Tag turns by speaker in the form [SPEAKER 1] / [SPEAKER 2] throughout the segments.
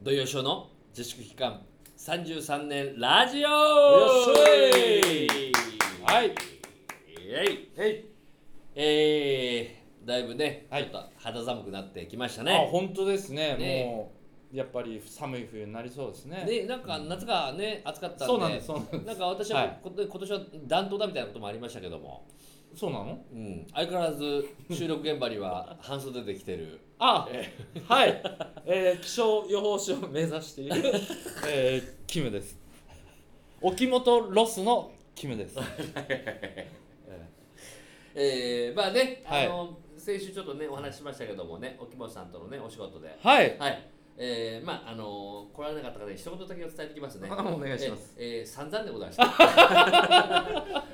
[SPEAKER 1] 土曜ショーの自粛期間33年ラジオはいえい
[SPEAKER 2] えい
[SPEAKER 1] えー、だいぶね、
[SPEAKER 2] はい
[SPEAKER 1] ちょっと肌寒くなってきました
[SPEAKER 2] あ
[SPEAKER 1] ね
[SPEAKER 2] 本当ですね
[SPEAKER 1] ね
[SPEAKER 2] もうやっぱり寒い冬になりそうですね
[SPEAKER 1] ねなんか夏がね暑かったんで
[SPEAKER 2] そうなんですそうなんです
[SPEAKER 1] なんか私は、
[SPEAKER 2] はい
[SPEAKER 1] こ今年は暖冬だみたいなこともありましたけども、
[SPEAKER 2] そうなの
[SPEAKER 1] うん、相変わらず収録現場には 半袖で来てる
[SPEAKER 2] あはい、 えー、気象予報士を目指して いる、えー、キムです沖本ロスのキムです
[SPEAKER 1] えー、まあね、
[SPEAKER 2] はい
[SPEAKER 1] あの先週ちょっとねお話ししましたけどもね沖本さんとのねお仕事で
[SPEAKER 2] はい
[SPEAKER 1] はい。えー、まああの来られなかった方に一言だけお伝えてきますね。
[SPEAKER 2] あお願いします
[SPEAKER 1] えー。えー、散々でご ざいました。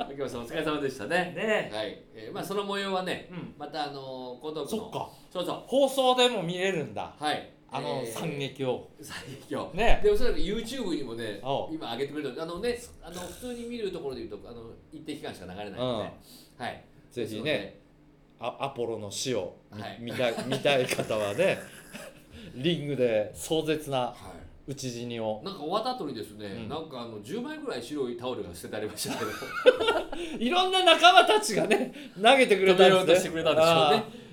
[SPEAKER 1] 秋山さんお疲れ様でしたね。
[SPEAKER 2] ね
[SPEAKER 1] はい。えー、まあその模様はね、
[SPEAKER 2] うん
[SPEAKER 1] またあのー、江東区
[SPEAKER 2] そ
[SPEAKER 1] の
[SPEAKER 2] っか
[SPEAKER 1] そうそ
[SPEAKER 2] 放送でも見れるんだ
[SPEAKER 1] う。はい。
[SPEAKER 2] あの
[SPEAKER 1] えー
[SPEAKER 2] 惨。劇を、
[SPEAKER 1] 惨劇を。
[SPEAKER 2] ね
[SPEAKER 1] でおそらく YouTube にもね
[SPEAKER 2] おう
[SPEAKER 1] 今上げてくれるとあのねあの普通に見るところで言うとあの一定期間しか流れないので、はい
[SPEAKER 2] ぜひねあアポロの死をみ
[SPEAKER 1] はい
[SPEAKER 2] 見,、たい 見たい方はねリングで壮絶な
[SPEAKER 1] はい
[SPEAKER 2] 討ち死にを
[SPEAKER 1] なんか終わった後にですね、
[SPEAKER 2] うん
[SPEAKER 1] なんかあの10枚ぐらい白いタオルが捨ててありま したけど
[SPEAKER 2] いろんな仲間たちがね投げてくれた
[SPEAKER 1] 止めようとしてくれたんでしょうね
[SPEAKER 2] ょ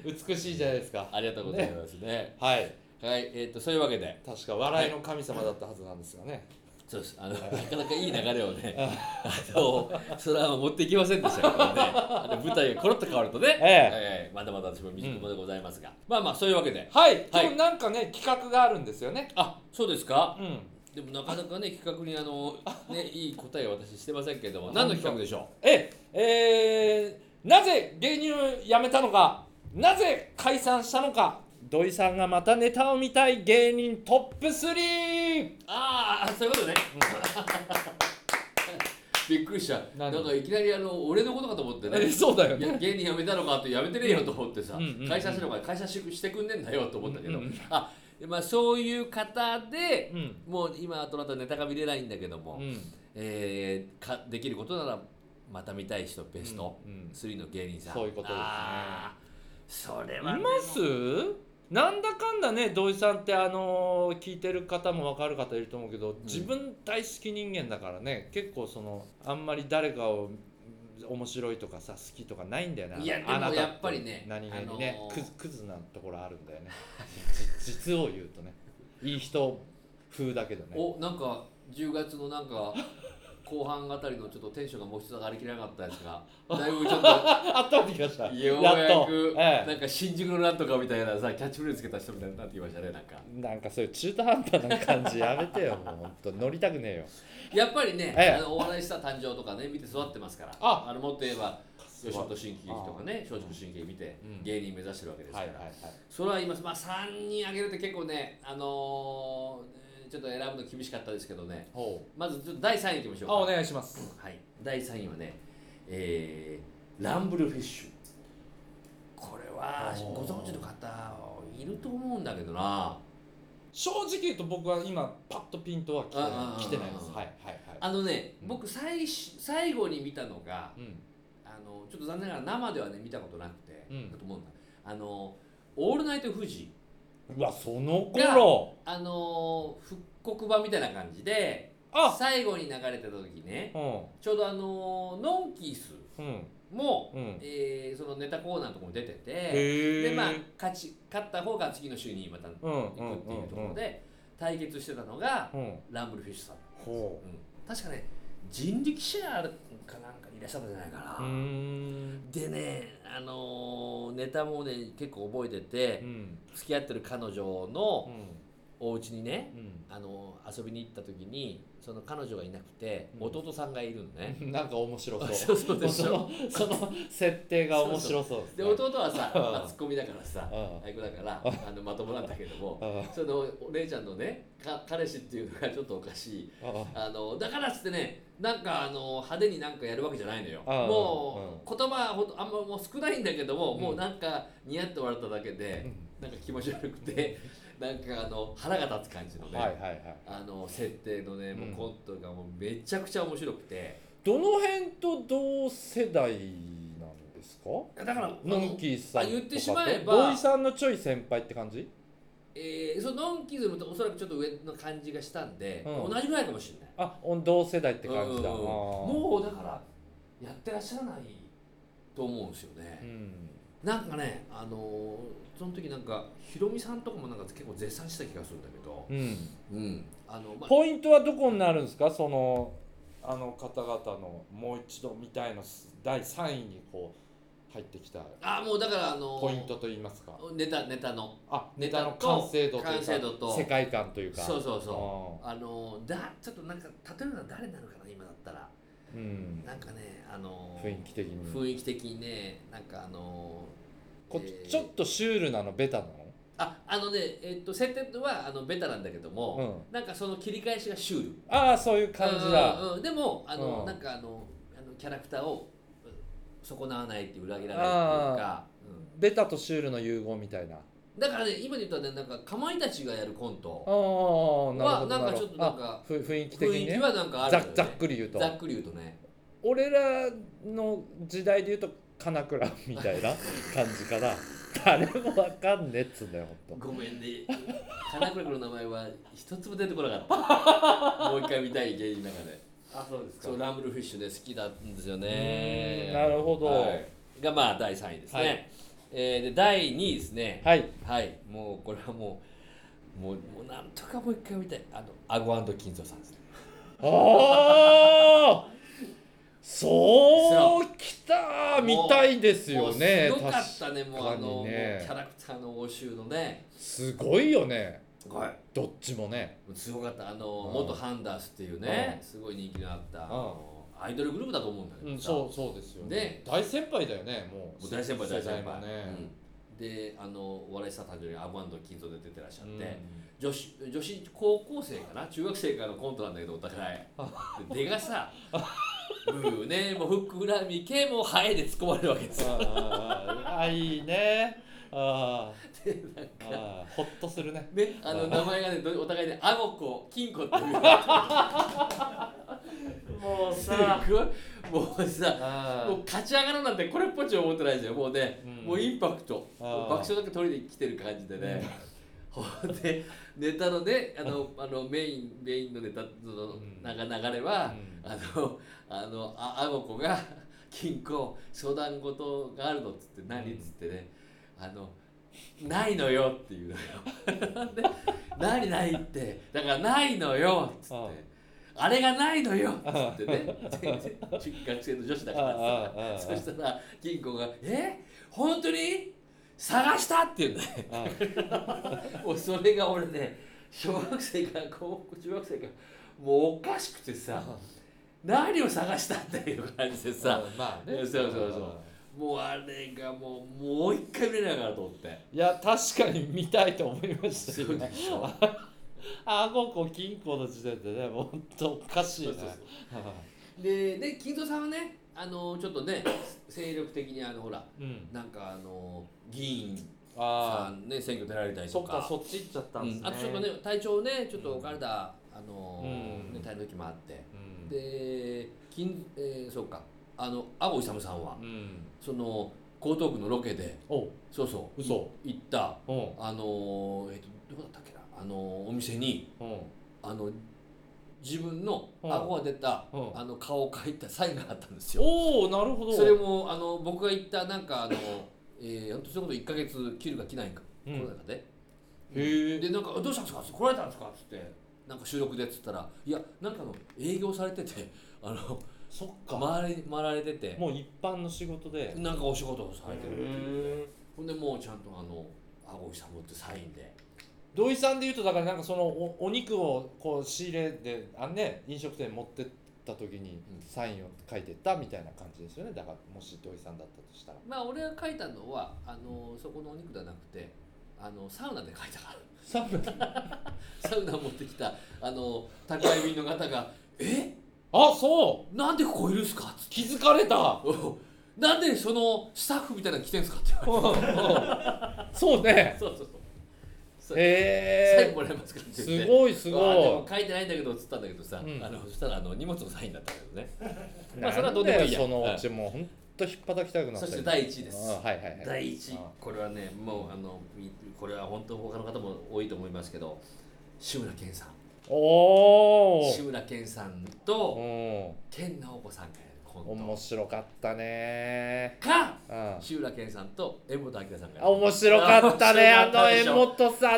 [SPEAKER 2] うね美しいじゃないですか
[SPEAKER 1] ありがとうございますね。
[SPEAKER 2] はい
[SPEAKER 1] はい、えっ、と、そういうわけで、
[SPEAKER 2] 確か笑いの神様だったはずなんですがね、
[SPEAKER 1] そうです。あの、なかなかいい流れをね、あの、それは持っていきませんでしたからね。あの舞台がコロッと変わるとね、
[SPEAKER 2] え
[SPEAKER 1] えまだまだ私も未熟者でございますが、まあまあ、そういうわけで。
[SPEAKER 2] はい
[SPEAKER 1] はい
[SPEAKER 2] 今日なんかね企画があるんですよね
[SPEAKER 1] あ、そうですか。
[SPEAKER 2] うん
[SPEAKER 1] でも、なかなか ね、企画に、あの、ね、いい答えを私してませんけども、何の企画でしょ
[SPEAKER 2] ええーなぜ芸人を辞めたのかなぜ解散したのか土井さんがまたネタを見たい芸人トップ 3!
[SPEAKER 1] う。ああ、そういうことね。 びっくりした。な
[SPEAKER 2] 何
[SPEAKER 1] んか、いきなり、あの、俺のことかと思ってね。
[SPEAKER 2] えそうだよ
[SPEAKER 1] いや
[SPEAKER 2] ね
[SPEAKER 1] 芸人辞めたのかって辞めてねえよと思ってさ、
[SPEAKER 2] うんうんうん
[SPEAKER 1] 会社してのか会社してくんねんだよと思ったけど、
[SPEAKER 2] うんうん
[SPEAKER 1] あでまあそういう方で
[SPEAKER 2] う、ん
[SPEAKER 1] もう今となったらネタが見れないんだけども、
[SPEAKER 2] うん
[SPEAKER 1] えーかできることならまた見たい人ベスト
[SPEAKER 2] うんうん
[SPEAKER 1] 3の芸人さん、
[SPEAKER 2] そういうことですね
[SPEAKER 1] あーそれ
[SPEAKER 2] い
[SPEAKER 1] はね
[SPEAKER 2] ますなんだかんだね土井さんってあのー聞いてる方も分かる方いると思うけど、自分大好き人間だからね結構そのあんまり誰かを面白いとかさ好きとかないんだよね
[SPEAKER 1] いやでも
[SPEAKER 2] あなたて
[SPEAKER 1] やっぱりね
[SPEAKER 2] 何気にね、
[SPEAKER 1] あのー
[SPEAKER 2] クズクズなところあるんだよ ねじ実を言うとねいい人風だけどね
[SPEAKER 1] おなんか10月のなんか後半あたりのちょっとテンションがもう一つ上がりきれなかったやつ がだいぶちょっと
[SPEAKER 2] あったまってきました
[SPEAKER 1] よう
[SPEAKER 2] やっ
[SPEAKER 1] や
[SPEAKER 2] と
[SPEAKER 1] く、
[SPEAKER 2] え
[SPEAKER 1] なんか新宿のなんとかみたいなさキャッチフレーズつけた人みたいになってきましたねなんか
[SPEAKER 2] えなんかそういう中途半端な感じやめてよもうほんと乗りたくねえよ
[SPEAKER 1] やっぱりね、
[SPEAKER 2] ええ
[SPEAKER 1] あのお笑いした誕生とかね見て育ってますから
[SPEAKER 2] あ
[SPEAKER 1] のもっと言えば
[SPEAKER 2] そう
[SPEAKER 1] 吉本新喜劇とかね松竹新喜劇見て
[SPEAKER 2] うん
[SPEAKER 1] 芸人目指してるわけですか
[SPEAKER 2] はい
[SPEAKER 1] ら、
[SPEAKER 2] はいはい
[SPEAKER 1] それは今、まあ、3人挙げるって結構ねあのーちょっと選ぶの厳しかったですけどね
[SPEAKER 2] ほ
[SPEAKER 1] まずちょっと第3位いきましょ
[SPEAKER 2] う
[SPEAKER 1] う
[SPEAKER 2] あ
[SPEAKER 1] か
[SPEAKER 2] お願いします
[SPEAKER 1] はい、第3位はね、えーランブルフィッシュこれは
[SPEAKER 2] おー
[SPEAKER 1] ご存知の方いると思うんだけどな
[SPEAKER 2] 正直言うと僕は今パッとピントは来て
[SPEAKER 1] うんうんうんう
[SPEAKER 2] なんい来てないですはいはいはい
[SPEAKER 1] あのね、
[SPEAKER 2] うん
[SPEAKER 1] 僕最し最後に見たのが
[SPEAKER 2] うん
[SPEAKER 1] あのちょっと残念ながら生ではね見たことなくて、
[SPEAKER 2] うん
[SPEAKER 1] だと思うんだあの「オールナイトフジ
[SPEAKER 2] うわその頃」
[SPEAKER 1] あの復刻版みたいな感じで
[SPEAKER 2] あ
[SPEAKER 1] 最後に流れてた時ね
[SPEAKER 2] う
[SPEAKER 1] ちょうどあのノンキース
[SPEAKER 2] んうん
[SPEAKER 1] も、
[SPEAKER 2] うん
[SPEAKER 1] えーそのネタコーナーのとこも出てて
[SPEAKER 2] へえ
[SPEAKER 1] でまあ勝ち勝った方が次の週にまた行く
[SPEAKER 2] うんうんうん
[SPEAKER 1] っていうとこ
[SPEAKER 2] う
[SPEAKER 1] ろ
[SPEAKER 2] ん
[SPEAKER 1] で対決してたのが
[SPEAKER 2] うん
[SPEAKER 1] ランブルフィッシュさん、
[SPEAKER 2] ほ
[SPEAKER 1] うん確かね人力車かなんかにいらっしゃったんじゃないかな。
[SPEAKER 2] ううーん
[SPEAKER 1] でね、あのーネタもね結構覚えてて、
[SPEAKER 2] うん
[SPEAKER 1] 付き合ってる彼女
[SPEAKER 2] う
[SPEAKER 1] の
[SPEAKER 2] ん
[SPEAKER 1] お家にね、
[SPEAKER 2] うん
[SPEAKER 1] あのー遊びに行った時にその彼女がいなくて、
[SPEAKER 2] うん
[SPEAKER 1] 弟さんがいるのね、
[SPEAKER 2] なんか面白
[SPEAKER 1] そ
[SPEAKER 2] そう
[SPEAKER 1] うそうでしょ
[SPEAKER 2] のその設定が面白そうです
[SPEAKER 1] で
[SPEAKER 2] ね
[SPEAKER 1] 弟はさ、
[SPEAKER 2] うん
[SPEAKER 1] まあ、ツッコミだからさ
[SPEAKER 2] うん
[SPEAKER 1] 相子だからあのまともなんだけども
[SPEAKER 2] あ
[SPEAKER 1] そのお姉ちゃんのねか彼氏っていうのがちょっとおかしい
[SPEAKER 2] あ
[SPEAKER 1] あのだからっつってねなんかあの派手になんかやるわけじゃないのよ
[SPEAKER 2] あー
[SPEAKER 1] もう、言葉はほんとあんまもう少ないんだけども、
[SPEAKER 2] うん
[SPEAKER 1] もうなんかニヤッと笑っただけで、なんか気持ち悪くて なんかあの腹が立つ感じのね、
[SPEAKER 2] はいはいはい
[SPEAKER 1] あの設定のねもううんコントがもうめちゃくちゃ面白くて
[SPEAKER 2] どの辺と同世代なんですか
[SPEAKER 1] だから
[SPEAKER 2] のんきーさんとか
[SPEAKER 1] あ言ってしまえば
[SPEAKER 2] 土井さんのちょい先輩って感じ
[SPEAKER 1] ええー、そのノンキズムとおそらくちょっと上の感じがしたんで、
[SPEAKER 2] うん
[SPEAKER 1] 同じぐらいかもしれない
[SPEAKER 2] あ同世代って感じだ、
[SPEAKER 1] うんうんうん
[SPEAKER 2] あー
[SPEAKER 1] もうだからやってらっしゃらないと思うんですよね、
[SPEAKER 2] うん
[SPEAKER 1] なんかねあのーその時なんかヒロミさんとかもなんか結構絶賛した気がするんだけど、
[SPEAKER 2] うん
[SPEAKER 1] うんあのまあ、
[SPEAKER 2] ポイントはどこになるんですかそのあの方々のもう一度みたいの第3位にこう入ってきた
[SPEAKER 1] あーもうだからあのー
[SPEAKER 2] ポイントといいますか
[SPEAKER 1] ネタネタの
[SPEAKER 2] あ
[SPEAKER 1] ネ
[SPEAKER 2] ネ
[SPEAKER 1] タ
[SPEAKER 2] タ
[SPEAKER 1] の
[SPEAKER 2] の完成度というか
[SPEAKER 1] 完成度と
[SPEAKER 2] 世界観というか
[SPEAKER 1] そうそうそう
[SPEAKER 2] そ
[SPEAKER 1] あのーだちょっとなんか例えるのは誰なのかな今だったら
[SPEAKER 2] う、うん、
[SPEAKER 1] なんかねあのー
[SPEAKER 2] 雰囲気的に
[SPEAKER 1] 雰囲気的にねなんかあのー
[SPEAKER 2] こ
[SPEAKER 1] えー
[SPEAKER 2] ちょっとシュールなのベタなの
[SPEAKER 1] ああのねえっと設定はあのベタなんだけども、なんかその切り返しがシュール
[SPEAKER 2] ああそういう感じ
[SPEAKER 1] う
[SPEAKER 2] だ、
[SPEAKER 1] んうんうんでもあの、
[SPEAKER 2] うん
[SPEAKER 1] なんかあのあのキャラクターをうん損なわないっていう裏切らないっていうか、
[SPEAKER 2] ベタとシュールの融合みたいなあ
[SPEAKER 1] うん、だからね今で言ったらねなんかかまいたちがやるコント
[SPEAKER 2] あーなるほ
[SPEAKER 1] は
[SPEAKER 2] ど
[SPEAKER 1] なんかちょ
[SPEAKER 2] る
[SPEAKER 1] っ
[SPEAKER 2] ほ
[SPEAKER 1] と
[SPEAKER 2] ど
[SPEAKER 1] なんか
[SPEAKER 2] あふ雰囲気的
[SPEAKER 1] 雰囲
[SPEAKER 2] に
[SPEAKER 1] 気
[SPEAKER 2] ね
[SPEAKER 1] はなんかある
[SPEAKER 2] ざ
[SPEAKER 1] んだよ
[SPEAKER 2] っ
[SPEAKER 1] ね
[SPEAKER 2] ざっくり言うと
[SPEAKER 1] ざっくり言うとね
[SPEAKER 2] 俺らの時代で言うと金倉みた いな感じかな誰もわかんねえっつうんだよほんと
[SPEAKER 1] ごめんね金倉君の名前は一つも出てこなかったもう一回見たい芸人の中で
[SPEAKER 2] あそうです
[SPEAKER 1] そうランブルフィッシュで好きだったんですよね
[SPEAKER 2] ねなるほど
[SPEAKER 1] は
[SPEAKER 2] はい
[SPEAKER 1] い、がまあ第3位ですね、
[SPEAKER 2] はい
[SPEAKER 1] えーで第2位ですね
[SPEAKER 2] はい、
[SPEAKER 1] はい、もうこれはもうもうもうなんとかもう一回見たいあのアゴ金蔵さんですね
[SPEAKER 2] ああそうきたみたいですよね
[SPEAKER 1] もうすごか
[SPEAKER 2] 確
[SPEAKER 1] ったねもうあの、
[SPEAKER 2] ね
[SPEAKER 1] もうキャラクターの応酬のね
[SPEAKER 2] すごいよね
[SPEAKER 1] は
[SPEAKER 2] どっちもね
[SPEAKER 1] いすごかったあの、
[SPEAKER 2] うん
[SPEAKER 1] 元ハンダースっていうね、すごい人気のあった、あのアイドルグループだと思うんだけ
[SPEAKER 2] う
[SPEAKER 1] ど
[SPEAKER 2] ん
[SPEAKER 1] さ、
[SPEAKER 2] そうそうですよ
[SPEAKER 1] ね
[SPEAKER 2] ね大先輩だよねもう
[SPEAKER 1] もう大先輩大先
[SPEAKER 2] 世代
[SPEAKER 1] 輩、
[SPEAKER 2] もね、
[SPEAKER 1] うん、であのお笑いスター誕生にアゴ金蔵で出てらっしゃって、
[SPEAKER 2] うん
[SPEAKER 1] 女子女子高校生かな中学生からのコントなんだけどお互いで出がさブーねもう膨らみ系もハエで突っ込まれるわけですよ
[SPEAKER 2] ああいいねああああほっとするね
[SPEAKER 1] ねあの名前がねどお互いねアゴコ金庫っていう
[SPEAKER 2] もう
[SPEAKER 1] すごいもうさ
[SPEAKER 2] あ
[SPEAKER 1] もう勝ち上がるなんてこれっぽっち思ってないじゃんもうね、
[SPEAKER 2] うん
[SPEAKER 1] もうインパクト
[SPEAKER 2] あ
[SPEAKER 1] 爆笑だけ取りに来てる感じでね、 ほんでネタのねあ のあのメインメインのネタの
[SPEAKER 2] うん
[SPEAKER 1] なんか流れは、
[SPEAKER 2] うん
[SPEAKER 1] あの、あの、あ、あの子が。 金庫、相談事があるのっつって、何
[SPEAKER 2] う
[SPEAKER 1] っ
[SPEAKER 2] ん
[SPEAKER 1] つってね。あの。ないのよっていうのよ。 で、何ないって、だからないのよっつって
[SPEAKER 2] あ。
[SPEAKER 1] あれがないのよっつって ね。全然学生の女子だからさ。
[SPEAKER 2] あああ
[SPEAKER 1] そしたら、金庫が、え、本当に。探したって いうね。
[SPEAKER 2] あ
[SPEAKER 1] もうそれが俺ね小学生から高校中学生からもうおかしくてさ何を探したっていう感じでさ
[SPEAKER 2] ま
[SPEAKER 1] そうそうそうもうあれがもうもう一回見れないかなと思って
[SPEAKER 2] いや確かに見たいと思いました
[SPEAKER 1] す
[SPEAKER 2] よ
[SPEAKER 1] ごいでしょ
[SPEAKER 2] あごこ金庫の時点でねもうほんとおかしい
[SPEAKER 1] そう
[SPEAKER 2] ね
[SPEAKER 1] そうそうでで金蔵さんはねあのちょっとね精力的にあのほら
[SPEAKER 2] うん
[SPEAKER 1] なんかあの議員さ
[SPEAKER 2] あ
[SPEAKER 1] んね選挙出られた
[SPEAKER 2] あ
[SPEAKER 1] り
[SPEAKER 2] そ
[SPEAKER 1] と
[SPEAKER 2] っ
[SPEAKER 1] か
[SPEAKER 2] かそっち行っちゃったんです
[SPEAKER 1] うん
[SPEAKER 2] ね
[SPEAKER 1] あとちょっとね体調ねちょっとお体、あの
[SPEAKER 2] うん
[SPEAKER 1] ね大変な時もあって
[SPEAKER 2] うん
[SPEAKER 1] で金、えーそうかあの青勇さんは
[SPEAKER 2] うん
[SPEAKER 1] その江東区のロケで
[SPEAKER 2] おう
[SPEAKER 1] そうそう
[SPEAKER 2] 嘘
[SPEAKER 1] い行った
[SPEAKER 2] うん
[SPEAKER 1] あのーえっとどうだったっけなあのーお店に
[SPEAKER 2] うん
[SPEAKER 1] あの自分の
[SPEAKER 2] うん
[SPEAKER 1] 顎が出た、
[SPEAKER 2] うん
[SPEAKER 1] あの顔を描いたサインがあったんですよ。
[SPEAKER 2] おおなるほど
[SPEAKER 1] それもあの僕が行ったなんかあの、 えー、ほんとそれこそ1ヶ月切るか切ないか、こ
[SPEAKER 2] う
[SPEAKER 1] の
[SPEAKER 2] ん
[SPEAKER 1] 中で。
[SPEAKER 2] へえ
[SPEAKER 1] でなんか「どうしたんですか?」って来られたんですか?」っつって「なんか収録で」っつったら「いやなんかの営業されててあの
[SPEAKER 2] そっか
[SPEAKER 1] 回り回られてて
[SPEAKER 2] もう一般の仕事で
[SPEAKER 1] なんかお仕事をされてるっていう
[SPEAKER 2] へえ
[SPEAKER 1] ほんでもうちゃんとあの顎久保ってサインで
[SPEAKER 2] 土井さんでいうとだからなんかそのおお肉をこう仕入れであのね飲食店持ってった時に
[SPEAKER 1] うん
[SPEAKER 2] サインを書いてったみたいな感じですよねだからもし土井さんだったとしたら
[SPEAKER 1] まあ俺が書いたのはあのそこのお肉じゃなくてあのサウナで書いたから
[SPEAKER 2] サウナ
[SPEAKER 1] サウナ持ってきたあの宅配便の方が「え
[SPEAKER 2] あそう
[SPEAKER 1] なんでここいるんすか?」っつって
[SPEAKER 2] 気づかれた
[SPEAKER 1] おう「なんでそのスタッフみたいなの来てんすか?」って言われ
[SPEAKER 2] そうね
[SPEAKER 1] てそうそうそうそうサイン
[SPEAKER 2] へえ
[SPEAKER 1] もらえますかって言って
[SPEAKER 2] すごいす
[SPEAKER 1] あでも
[SPEAKER 2] ご
[SPEAKER 1] 書いてないんだけどっつったんだけどさ、
[SPEAKER 2] うん
[SPEAKER 1] あのそしたらあの荷物のサインだったけどね
[SPEAKER 2] い
[SPEAKER 1] まあそれはどうでもいいや
[SPEAKER 2] なんだよそのうちもう本と引っ叩きたくなっ
[SPEAKER 1] そ
[SPEAKER 2] た
[SPEAKER 1] して第一位です
[SPEAKER 2] あはいはいはい
[SPEAKER 1] 第一
[SPEAKER 2] あ
[SPEAKER 1] これはねもうあのみこれは本当他の方も多いと思いますけど志村けんさん
[SPEAKER 2] お
[SPEAKER 1] 志村けんさんと
[SPEAKER 2] お
[SPEAKER 1] 健直子さんがやるコン
[SPEAKER 2] 面白かったね
[SPEAKER 1] トか
[SPEAKER 2] うん
[SPEAKER 1] 志村けんさんと柄本明さんがや
[SPEAKER 2] あ
[SPEAKER 1] る
[SPEAKER 2] 面白かったね
[SPEAKER 1] あ
[SPEAKER 2] あ
[SPEAKER 1] 面白かった
[SPEAKER 2] の
[SPEAKER 1] でし
[SPEAKER 2] 柄
[SPEAKER 1] ょ
[SPEAKER 2] 本さん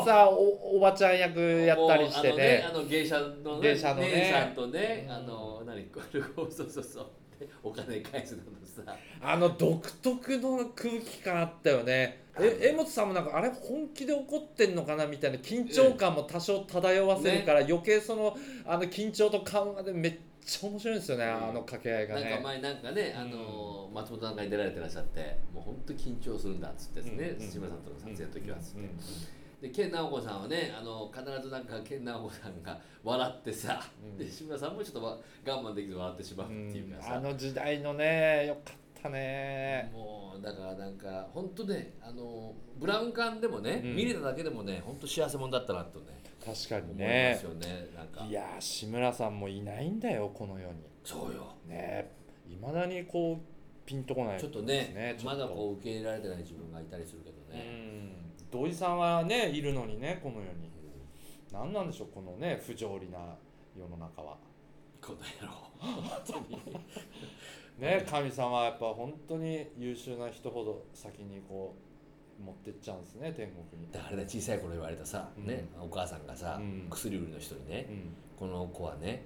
[SPEAKER 2] もさおおばちゃん役やったりしてね
[SPEAKER 1] もうあのねあの芸者のね
[SPEAKER 2] 芸者のね
[SPEAKER 1] 姉さんとね、
[SPEAKER 2] うん
[SPEAKER 1] あの何これ そうそうそうでお金返すなのさ
[SPEAKER 2] あの独特の空気感あったよねえ柄本さんもなんかあれ本気で怒ってんのかなみたいな緊張感も多少漂わせるから、余計そのあの緊張と緩和でめっちゃ面白いんですよね、
[SPEAKER 1] うん
[SPEAKER 2] あの掛け合いが
[SPEAKER 1] なんか
[SPEAKER 2] ね
[SPEAKER 1] 前なんかね、あの松本なんかに出られてらっしゃってもう本当緊張するんだっつってですね、
[SPEAKER 2] うんうん
[SPEAKER 1] 志村さんとの撮影の時はっつって、
[SPEAKER 2] うんうん
[SPEAKER 1] で健直子さんはねあの必ずなんか健直子さんが笑ってさ、
[SPEAKER 2] うん
[SPEAKER 1] で志村さんもちょっとわ我慢できず笑ってしまうっていうかさ、
[SPEAKER 2] あの時代のねよかったね
[SPEAKER 1] もうだからなんか本当ねあのブラウン管でもね、
[SPEAKER 2] うん
[SPEAKER 1] 見れただけでもね本当幸せ者だったなとね
[SPEAKER 2] 確か
[SPEAKER 1] 思
[SPEAKER 2] に
[SPEAKER 1] いま
[SPEAKER 2] ね
[SPEAKER 1] すよねなんか
[SPEAKER 2] いやー志村さんもいないんだよこの世に
[SPEAKER 1] そうよ
[SPEAKER 2] ねいまだにこうピンとこない
[SPEAKER 1] ちょっとね
[SPEAKER 2] ですね
[SPEAKER 1] まだ
[SPEAKER 2] ちょっと
[SPEAKER 1] こう受け入れられてない自分がいたりするけど
[SPEAKER 2] う
[SPEAKER 1] ね、
[SPEAKER 2] ん土井さんはねいるのにねこの世に何なんでしょうこのね不条理な世の中は
[SPEAKER 1] この野郎本当に
[SPEAKER 2] ね神様はやっぱ本当に優秀な人ほど先にこう持ってっちゃうんですね天国に
[SPEAKER 1] だからね小さい頃言われたさ、ねお母さんがさ、
[SPEAKER 2] うん
[SPEAKER 1] 薬売りの人にね
[SPEAKER 2] うん、うん
[SPEAKER 1] この子はね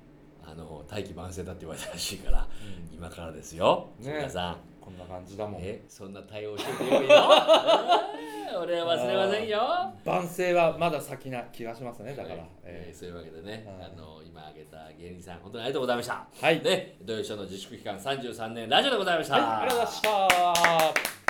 [SPEAKER 1] あの大器晩成だって言われたらしいから 今からですよ
[SPEAKER 2] ね
[SPEAKER 1] 志村さん
[SPEAKER 2] こんな感じだもん
[SPEAKER 1] えそんな対応しててよいよえー 俺は忘れませんよ
[SPEAKER 2] 万世はまだ先な気がしますねだから、
[SPEAKER 1] はいえ
[SPEAKER 2] え
[SPEAKER 1] ーそういうわけでね、
[SPEAKER 2] はい
[SPEAKER 1] あの今挙げた芸人さん本当にありがとうございました
[SPEAKER 2] ーはい、
[SPEAKER 1] ね土曜ショーの自粛期間33年ラジオでございました、
[SPEAKER 2] はい、ありがとうございました